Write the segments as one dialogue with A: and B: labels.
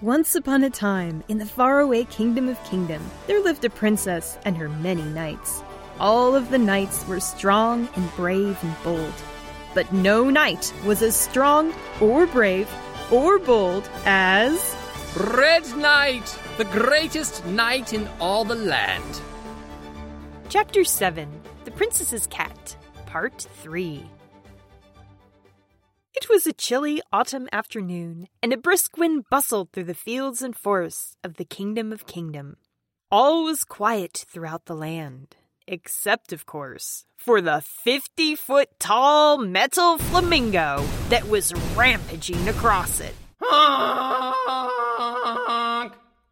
A: Once upon a time, in the faraway kingdom of kingdom, there lived a princess and her many knights. All of the knights were strong and brave and bold. But no knight was as strong or brave or bold as.
B: Red Knight, the greatest knight in all the land.
A: Chapter 7 The Princess's Cat, Part 3. It was a chilly autumn afternoon, and a brisk wind bustled through the fields and forests of the Kingdom of Kingdom. All was quiet throughout the land, except, of course, for the 50 foot tall metal flamingo that was rampaging across it.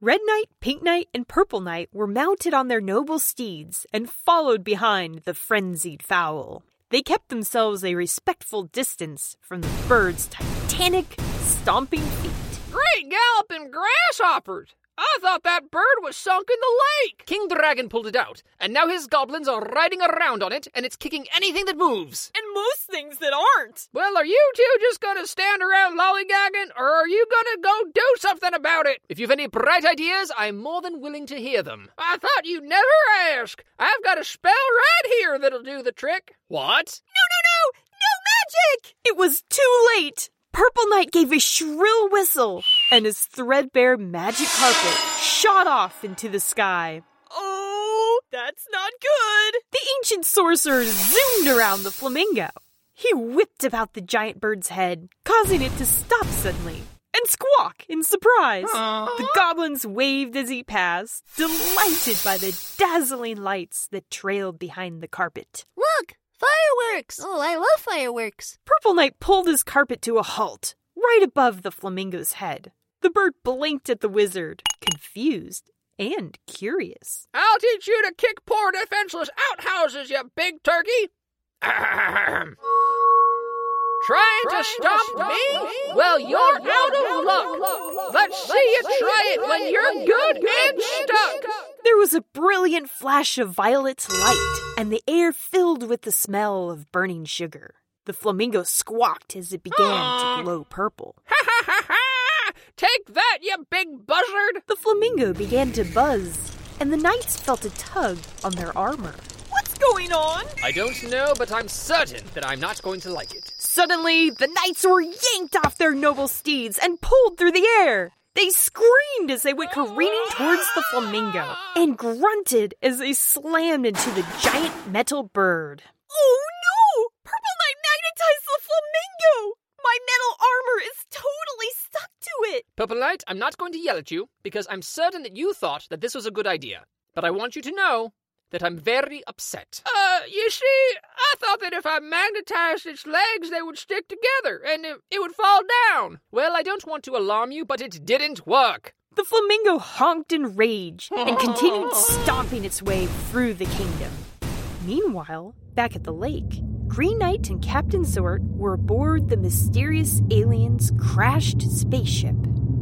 A: Red Knight, Pink Knight, and Purple Knight were mounted on their noble steeds and followed behind the frenzied fowl. They kept themselves a respectful distance from the bird's titanic, stomping feet.
B: Great galloping grasshoppers! I thought that bird was sunk in the lake! King Dragon pulled it out, and now his goblins are riding around on it, and it's kicking anything that moves.
A: And most things that aren't!
B: Well, are you two just gonna stand around lollygagging, or are you gonna go do something about it? If you've any bright ideas, I'm more than willing to hear them. I thought you'd never ask! I've got a spell right here that'll do the trick. What?
A: No, no, no! No magic! It was too late! Purple Knight gave a shrill whistle, and his threadbare magic carpet shot off into the sky. Oh, that's not good! The ancient sorcerer zoomed around the flamingo. He whipped about the giant bird's head, causing it to stop suddenly and squawk in surprise. The goblins waved as he passed, delighted by the dazzling lights that trailed behind the carpet.
C: Look, fireworks! Oh, I love fireworks.
A: Purple Knight pulled his carpet to a halt, right above the flamingo's head. The bird blinked at the wizard, confused and curious.
B: I'll teach you to kick poor defenseless outhouses, you big turkey! Trying, to stop, me? Well, you're out of luck! Let's see you try it when you're good, and stuck!
A: There was a brilliant flash of violet light, and the air filled with the smell of burning sugar. The flamingo squawked as it began to glow purple.
B: Ha ha ha ha! Take that, you big buzzard!
A: The flamingo began to buzz, and the knights felt a tug on their armor. What's going on?
B: I don't know, but I'm certain that I'm not going to like it.
A: Suddenly, the knights were yanked off their noble steeds and pulled through the air. They screamed as they went careening towards the flamingo and grunted as they slammed into the giant metal bird. Oh no! Purple Knight magnetized the flamingo! My metal armor is totally stuck to it!
B: Purple Knight, I'm not going to yell at you because I'm certain that you thought that this was a good idea. But I want you to know that I'm very upset. Uh, you see, I thought that if I magnetized its legs, they would stick together and it, it would fall down. Well, I don't want to alarm you, but it didn't work.
A: The flamingo honked in rage and continued stomping its way through the kingdom. Meanwhile, back at the lake, Green Knight and Captain Zort were aboard the mysterious alien's crashed spaceship.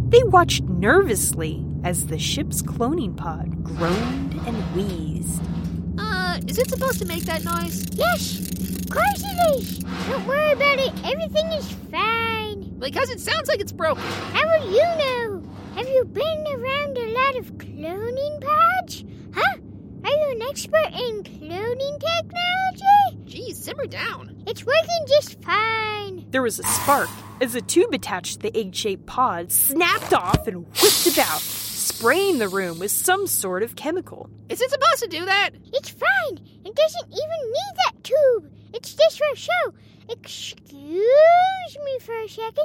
A: They watched nervously as the ship's cloning pod groaned and wheezed.
C: Uh, is it supposed to make that noise?
D: Yes, of course it is. Don't worry about it. Everything is fine.
B: Because it sounds like it's broken.
D: How will you know? Have you been around a lot of cloning pods? Huh? Are you an expert in cloning technology?
C: Geez, simmer down.
D: It's working just fine.
A: There was a spark as a tube attached to the egg shaped pod snapped off and whipped about, spraying the room with some sort of chemical.
C: Is it supposed to do that?
D: It's fine. It doesn't even need that tube. It's just for show. Excuse me for a second.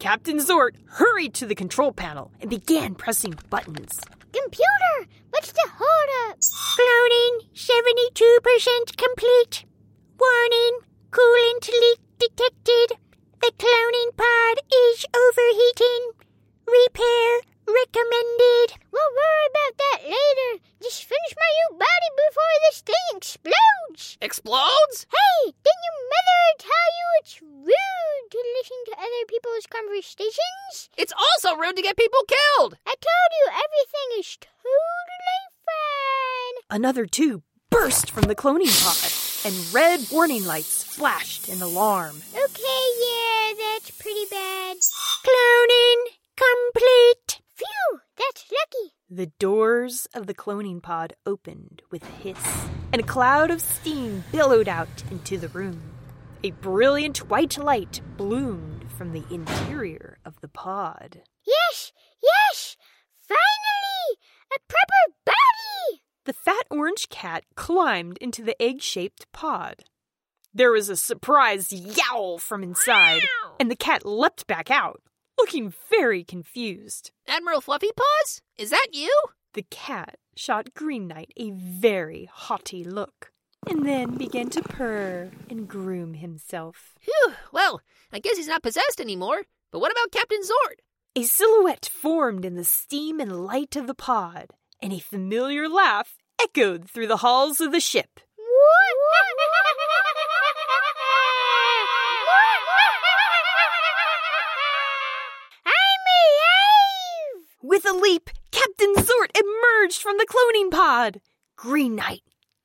A: Captain Zort hurried to the control panel and began pressing buttons.
D: Computer, what's the holdup? Cloning 72% complete. Warning, coolant leak detected. The cloning pod is overheating. Repair recommended. We'll worry about that later. Just finish my new body before this thing explodes.
B: Explodes?
D: Hey, didn't your mother tell you it's rude to listen to other people's conversations?
B: It's also rude to get people killed!
D: I told you everything is totally fine.
A: Another tube burst from the cloning pod, and red warning lights flashed in alarm.
D: Okay, yeah, that's pretty bad. Cloning complete.
A: The doors of the cloning pod opened with a hiss, and a cloud of steam billowed out into the room. A brilliant white light bloomed from the interior of the pod.
D: Yes, yes! Finally! A proper body!
A: The fat orange cat climbed into the egg shaped pod. There was a surprised yowl from inside, and the cat leapt back out, looking very confused.
C: Admiral Fluffy Paws? Is that you?
A: The cat shot Green Knight a very haughty look, and then began to purr and groom himself.
C: Phew. Well, I guess he's not possessed anymore. But what about Captain Zord?
A: A silhouette formed in the steam and light of the pod, and a familiar laugh echoed through the halls of the ship.
D: I'm alive!
A: With a leap, Captain Zort emerged from the cloning pod. Green Knight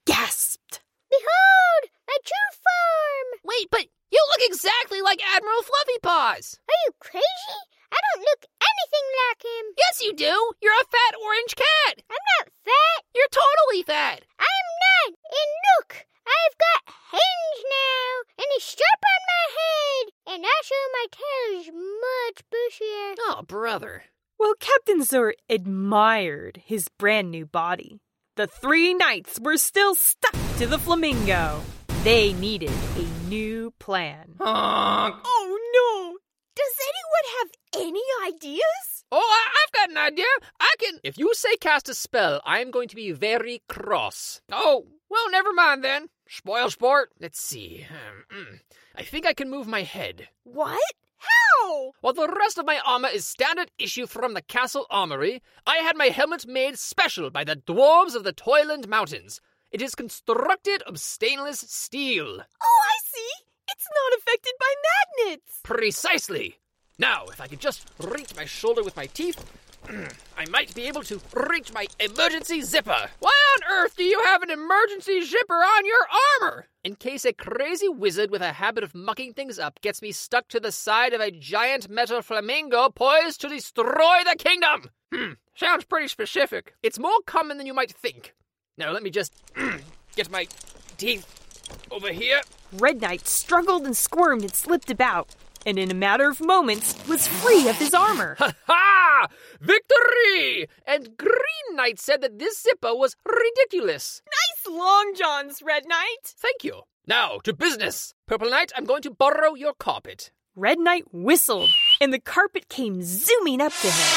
A: gasped.
D: Behold, my true form!
C: Wait, but you look exactly like Admiral Fluffy Paws.
D: Are you crazy? I don't look anything like him.
C: Yes, you do. You're a fat orange cat.
D: I'm not fat.
C: You're totally fat.
D: I am not. And look, I've got hands now, and a strap on my head, and also my tail is much bushier.
C: Oh, brother.
A: Well, Captain Zort admired his brand new body. The three knights were still stuck to the flamingo. They needed a new plan.
B: Honk.
A: Oh no! Does anyone have any ideas?
B: Oh, I- I've got an idea. I can. If you say cast a spell, I am going to be very cross. Oh, well, never mind then. Spoil sport. Let's see. Um, mm. I think I can move my head.
A: What? How? Oh,
B: While the rest of my armor is standard issue from the castle armory, I had my helmet made special by the dwarves of the Toyland Mountains. It is constructed of stainless steel.
A: Oh, I see! It's not affected by magnets!
B: Precisely. Now, if I could just reach my shoulder with my teeth, I might be able to reach my emergency zipper. Why on earth do you have an emergency zipper on your armor? In case a crazy wizard with a habit of mucking things up gets me stuck to the side of a giant metal flamingo poised to destroy the kingdom. Hmm, sounds pretty specific. It's more common than you might think. Now let me just get my teeth over here.
A: Red Knight struggled and squirmed and slipped about, and in a matter of moments was free of his armor.
B: Ha! Victory! And Green Knight said that this zipper was ridiculous.
A: nice long johns, Red Knight!
B: Thank you. Now, to business. Purple Knight, I'm going to borrow your carpet.
A: Red Knight whistled, and the carpet came zooming up to him.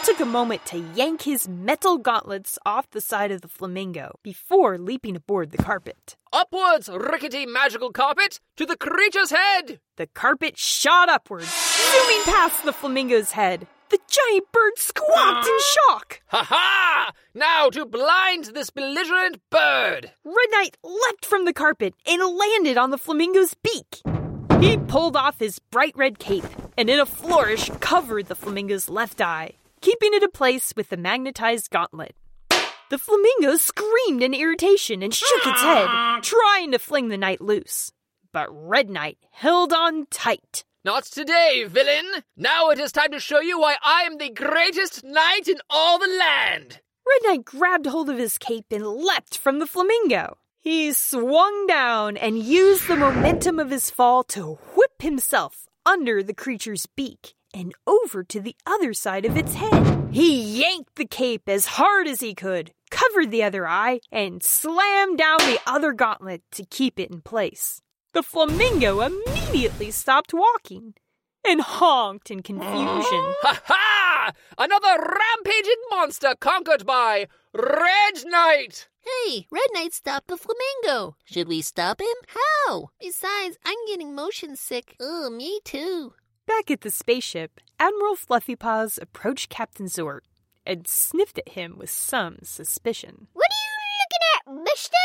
A: It took a moment to yank his metal gauntlets off the side of the flamingo before leaping aboard the carpet.
B: Upwards, rickety magical carpet, to the creature's head!
A: The carpet shot upward, zooming past the flamingo's head. The giant bird squawked in shock.
B: Ha ha! Now to blind this belligerent bird!
A: Red Knight leapt from the carpet and landed on the flamingo's beak. He pulled off his bright red cape and, in a flourish, covered the flamingo's left eye, keeping it in place with the magnetized gauntlet. The flamingo screamed in irritation and shook its head, trying to fling the knight loose. But Red Knight held on tight.
B: Not today, villain! Now it is time to show you why I am the greatest knight in all the land!
A: Red Knight grabbed hold of his cape and leapt from the flamingo. He swung down and used the momentum of his fall to whip himself under the creature's beak and over to the other side of its head. He yanked the cape as hard as he could, covered the other eye, and slammed down the other gauntlet to keep it in place. The flamingo immediately stopped walking and honked in confusion.
B: Ha ha! Another rampaging monster conquered by Red Knight!
C: Hey, Red Knight stopped the flamingo. Should we stop him? How? Besides, I'm getting motion sick. Oh, me too.
A: Back at the spaceship, Admiral Fluffypaws approached Captain Zort and sniffed at him with some suspicion.
D: What are you looking at, mister?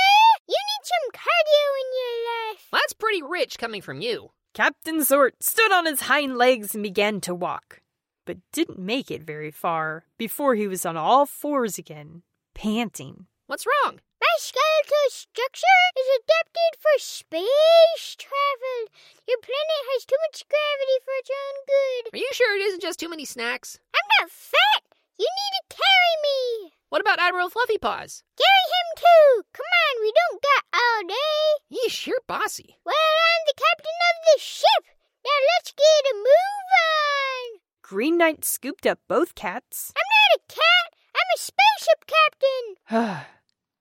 D: You need some cardio in your life.
B: Well, that's pretty rich coming from you.
A: Captain Zort stood on his hind legs and began to walk, but didn't make it very far before he was on all fours again, panting.
B: What's wrong?
D: My skeletal structure is adapted for space travel. Your planet has too much gravity for its own good.
B: Are you sure it isn't just too many snacks?
D: I'm not fat. You need to carry me.
B: What about Admiral Fluffy Paws?
D: Carry him too. Come on, we don't got all day.
B: He's sure bossy.
D: Well, I'm the captain of the ship. Now let's get a move on.
A: Green Knight scooped up both cats,
D: I'm not a cat. I'm a spaceship captain.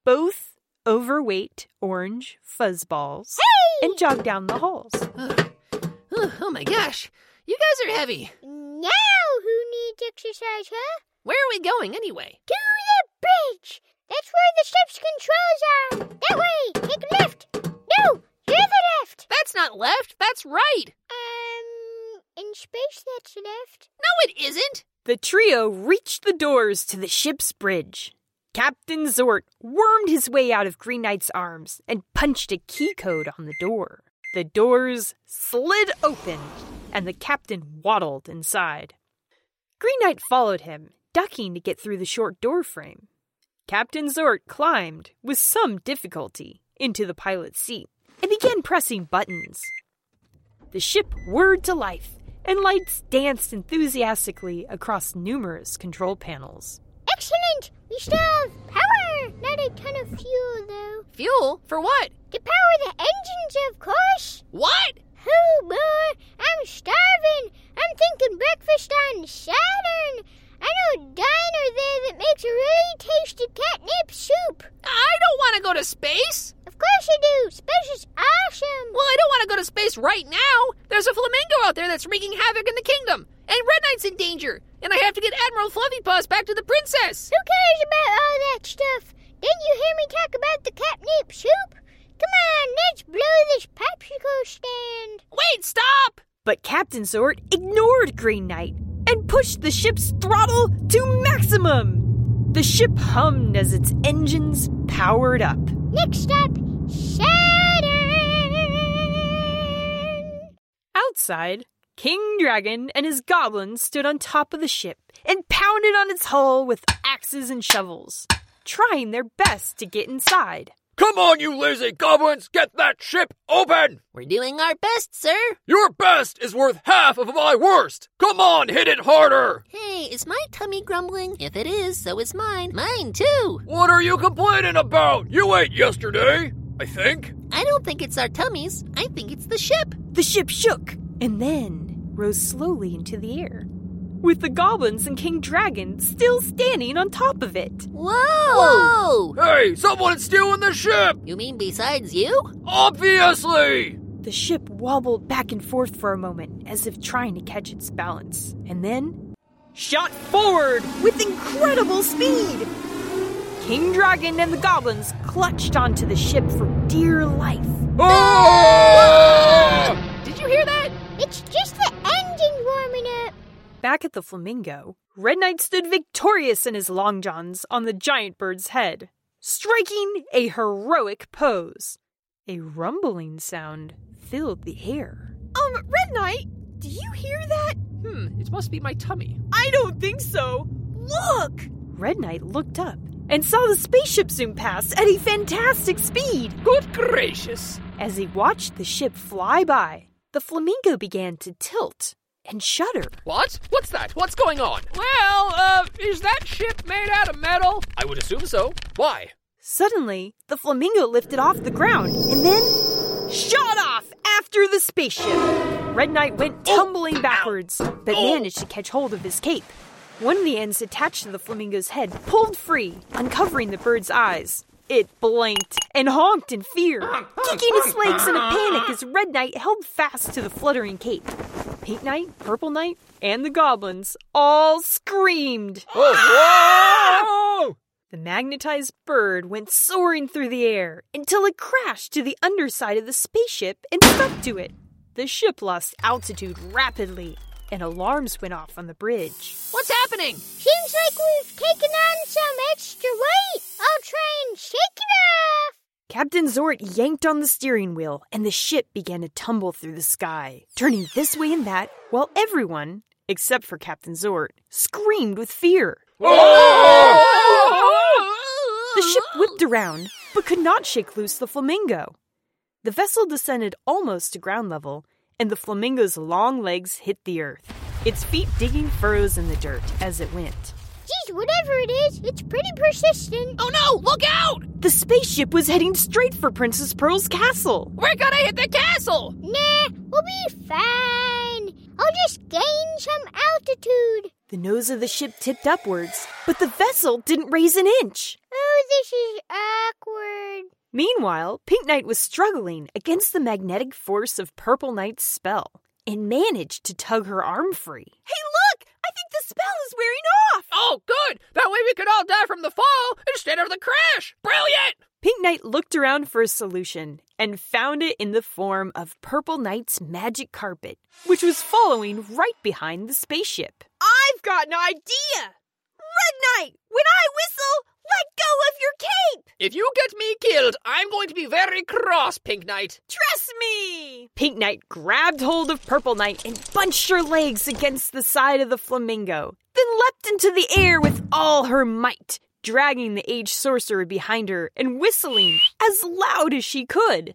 A: both overweight orange fuzzballs, and jogged down the halls.
B: Oh, oh my gosh, you guys are heavy.
D: Now who needs exercise, huh?
B: Where are we going anyway?
D: To the bridge. That's where the ship's controls are. That way. Take a left. No, to the left.
B: That's not left, that's right.
D: Um, in space, that's left.
B: No, it isn't.
A: The trio reached the doors to the ship's bridge. Captain Zort wormed his way out of Green Knight's arms and punched a key code on the door. The doors slid open, and the captain waddled inside. Green Knight followed him, ducking to get through the short door frame. Captain Zort climbed, with some difficulty, into the pilot's seat and began pressing buttons. The ship whirred to life, and lights danced enthusiastically across numerous control panels.
D: Excellent. We still have power. Not a ton of fuel, though.
B: Fuel? For what?
D: To power the engines, of course.
B: What?
D: Oh boy, I'm starving. I'm thinking breakfast on Saturn. I know a diner there that makes a really tasty catnip soup.
B: I don't want to go to space.
D: Of course you do. Space is awesome.
B: Well, I don't want to go to space right now. There's a flamingo out there that's wreaking havoc in the kingdom, and Red Knight's in danger, and I have to get Admiral Fluffy Paws back to the princess.
D: Who cares about all that stuff? Didn't you hear me talk about the catnip soup? Come on, let's blow this popsicle stand.
B: Wait, stop!
A: But Captain Zort ignored Green Knight and pushed the ship's throttle to maximum. The ship hummed as its engines powered up.
D: Next stop, Saturn.
A: Outside, King Dragon and his goblins stood on top of the ship and pounded on its hull with axes and shovels, trying their best to get inside.
E: Come on, you lazy goblins, get that ship open!
C: We're doing our best, sir.
E: Your best is worth half of my worst! Come on, hit it harder!
C: Hey, is my tummy grumbling? If it is, so is mine. Mine too.
E: What are you complaining about? You ate yesterday, I think.
C: I don't think it's our tummies. I think it's the ship.
A: The ship shook and then rose slowly into the air, with the goblins and King Dragon still standing on top of it.
C: Whoa!
E: Hey, someone is stealing the ship!
C: You mean besides you?
B: Oh,
E: Obviously!
A: The ship wobbled back and forth for a moment as if trying to catch its balance, and then shot forward with incredible speed. King Dragon and the goblins clutched onto the ship for dear life.
E: Ah!
B: Did you hear that?
D: It's just the engine warming up.
A: Back at the flamingo, Red Knight stood victorious in his long johns on the giant bird's head, striking a heroic pose. A rumbling sound filled the air.
F: Um, Red Knight, do you hear that?
B: Hmm, it must be my tummy.
F: I don't think so. Look!
A: Red Knight looked up and saw the spaceship zoom past at a fantastic speed.
B: Good gracious.
A: As he watched the ship fly by, the flamingo began to tilt and shudder.
B: What? What's that? What's going on? Well, uh, is that ship made out of metal? I would assume so. Why?
A: Suddenly, the flamingo lifted off the ground and then shot off after the spaceship. Red Knight went tumbling backwards, but managed to catch hold of his cape. One of the ends attached to the flamingo's head pulled free, uncovering the bird's eyes. It blinked and honked in fear, kicking its legs in a panic as Red Knight held fast to the fluttering cape. Pink Knight, Purple Knight, and the goblins all screamed.
E: Oh, whoa!
A: The magnetized bird went soaring through the air until it crashed to the underside of the spaceship and stuck to it. The ship lost altitude rapidly, and alarms went off on the bridge.
B: What's happening?
D: Seems like we've taken on some extra weight. I'll try and shake it off.
A: Captain Zort yanked on the steering wheel, and the ship began to tumble through the sky, turning this way and that, while everyone, except for Captain Zort, screamed with fear. The ship whipped around, but could not shake loose the flamingo. The vessel descended almost to ground level, and the flamingo's long legs hit the earth, its feet digging furrows in the dirt as it went.
D: Geez, whatever it is, it's pretty persistent.
B: Oh no, look out!
A: The spaceship was heading straight for Princess Pearl's castle.
B: We're gonna hit the castle!
D: Nah, we'll be fine. I'll just gain some altitude.
A: The nose of the ship tipped upwards, but the vessel didn't raise an inch.
D: Oh, this is awkward.
A: Meanwhile, Pink Knight was struggling against the magnetic force of Purple Knight's spell and managed to tug her arm free.
F: Hey, look! I think the spell is wearing off!
B: Oh, good! That way we could all die from the fall instead of the crash! Brilliant!
A: Pink Knight looked around for a solution and found it in the form of Purple Knight's magic carpet, which was following right behind the spaceship.
F: I've got an idea! Red Knight, when I whistle, let go of your cape!
B: If you get me killed, I'm going to be very cross, Pink Knight.
F: Trust me!
A: Pink Knight grabbed hold of Purple Knight and bunched her legs against the side of the flamingo, then leapt into the air with all her might, dragging the aged sorcerer behind her and whistling as loud as she could.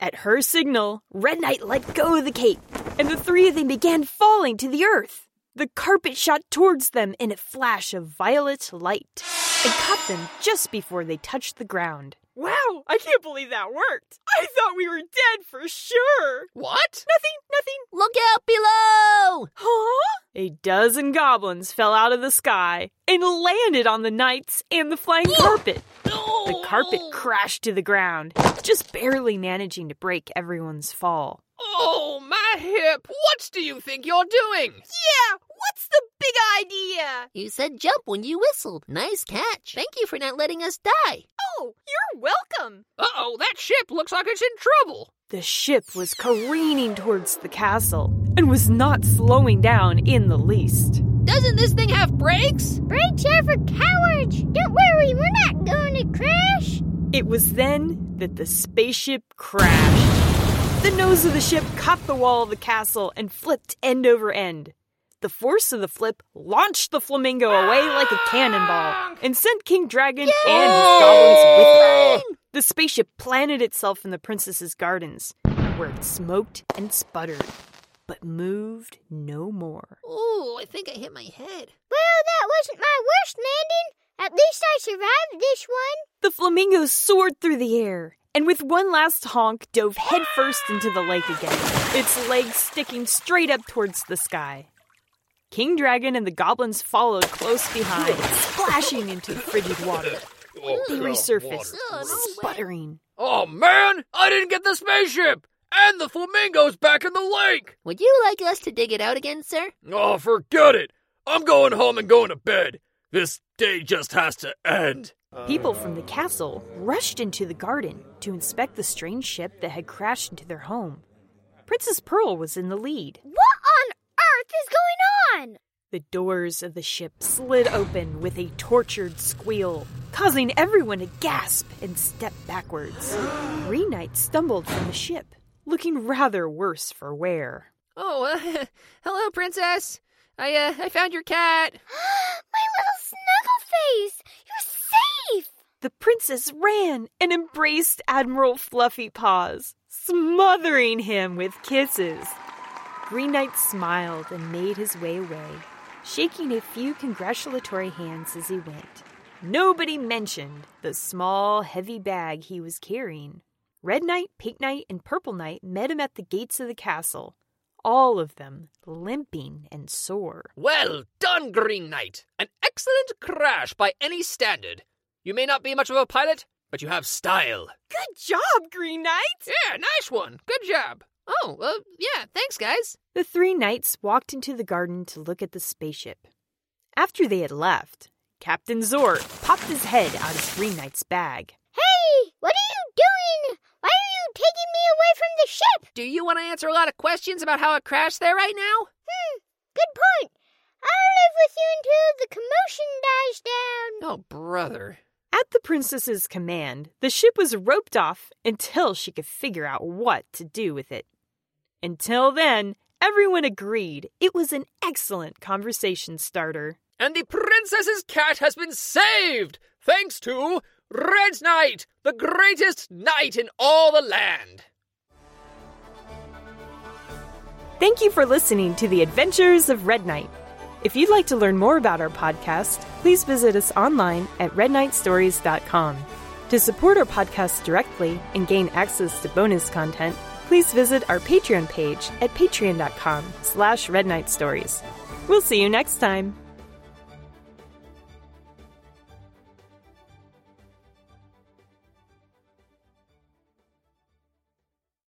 A: At her signal, Red Knight let go of the cape, and the three of them began falling to the earth. The carpet shot towards them in a flash of violet light and caught them just before they touched the ground.
F: Wow, I can't believe that worked! I thought we were dead for sure!
B: What?
F: Nothing, nothing.
C: Look out below!
F: Huh?
A: A dozen goblins fell out of the sky and landed on the knights and the flying carpet. The carpet crashed to the ground, just barely managing to break everyone's fall.
B: Oh, my hip! What do you think you're doing?
F: Yeah, what's the big idea?
C: You said jump when you whistled. Nice catch. Thank you for not letting us die.
F: Oh, you're welcome.
B: Uh oh, that ship looks like it's in trouble.
A: The ship was careening towards the castle and was not slowing down in the least.
B: Doesn't this thing have brakes?
D: Brakes are for cowards. Don't worry, we're not going to crash.
A: It was then that the spaceship crashed. The nose of the ship caught the wall of the castle and flipped end over end. The force of the flip launched the flamingo away like a cannonball and sent King Dragon and his goblins with it. The spaceship planted itself in the princess's gardens, where it smoked and sputtered, but moved no more.
C: Ooh, I think I hit my head.
D: Well, that wasn't my worst landing. At least I survived this one.
A: The flamingo soared through the air, and with one last honk, dove headfirst into the lake again, its legs sticking straight up towards the sky. King Dragon and the goblins followed close behind, splashing into the frigid water.
E: Oh,
A: They
E: God,
A: resurfaced,
C: water.
A: sputtering.
E: Oh man, I didn't get the spaceship! And the flamingo's back in the lake!
C: Would you like us to dig it out again, sir?
E: Oh, forget it! I'm going home and going to bed. This day just has to end.
A: People from the castle rushed into the garden to inspect the strange ship that had crashed into their home. Princess Pearl was in the lead.
D: What on earth is going on?
A: The doors of the ship slid open with a tortured squeal, causing everyone to gasp and step backwards. Green Knight stumbled from the ship, looking rather worse for wear.
B: Oh, uh, hello, Princess. I uh, I found your cat.
D: my little snuggle face. You're safe.
A: The princess ran and embraced Admiral Fluffy Paws, smothering him with kisses. Green Knight smiled and made his way away, shaking a few congratulatory hands as he went. Nobody mentioned the small, heavy bag he was carrying. Red Knight, Pink Knight, and Purple Knight met him at the gates of the castle, all of them limping and sore.
B: Well done, Green Knight. An excellent crash by any standard. You may not be much of a pilot, but you have style.
F: Good job, Green Knight.
B: Yeah, nice one. Good job. Oh, well, yeah, thanks, guys.
A: The three knights walked into the garden to look at the spaceship. After they had left, Captain Zor popped his head out of Green Knight's bag.
D: Hey, what are you doing? Why are you taking me away from the ship?
B: Do you want to answer a lot of questions about how it crashed there right now?
D: Hmm, good point. I'll live with you until the commotion dies down.
B: Oh, brother.
A: At the princess's command, the ship was roped off until she could figure out what to do with it. Until then, everyone agreed it was an excellent conversation starter.
E: And the princess's cat has been saved! Thanks to Red Knight, the greatest knight in all the land!
A: Thank you for listening to the Adventures of Red Knight. If you'd like to learn more about our podcast, please visit us online at redknightstories.com. To support our podcast directly and gain access to bonus content, please visit our Patreon page at patreon.com slash redknightstories. We'll see you next time.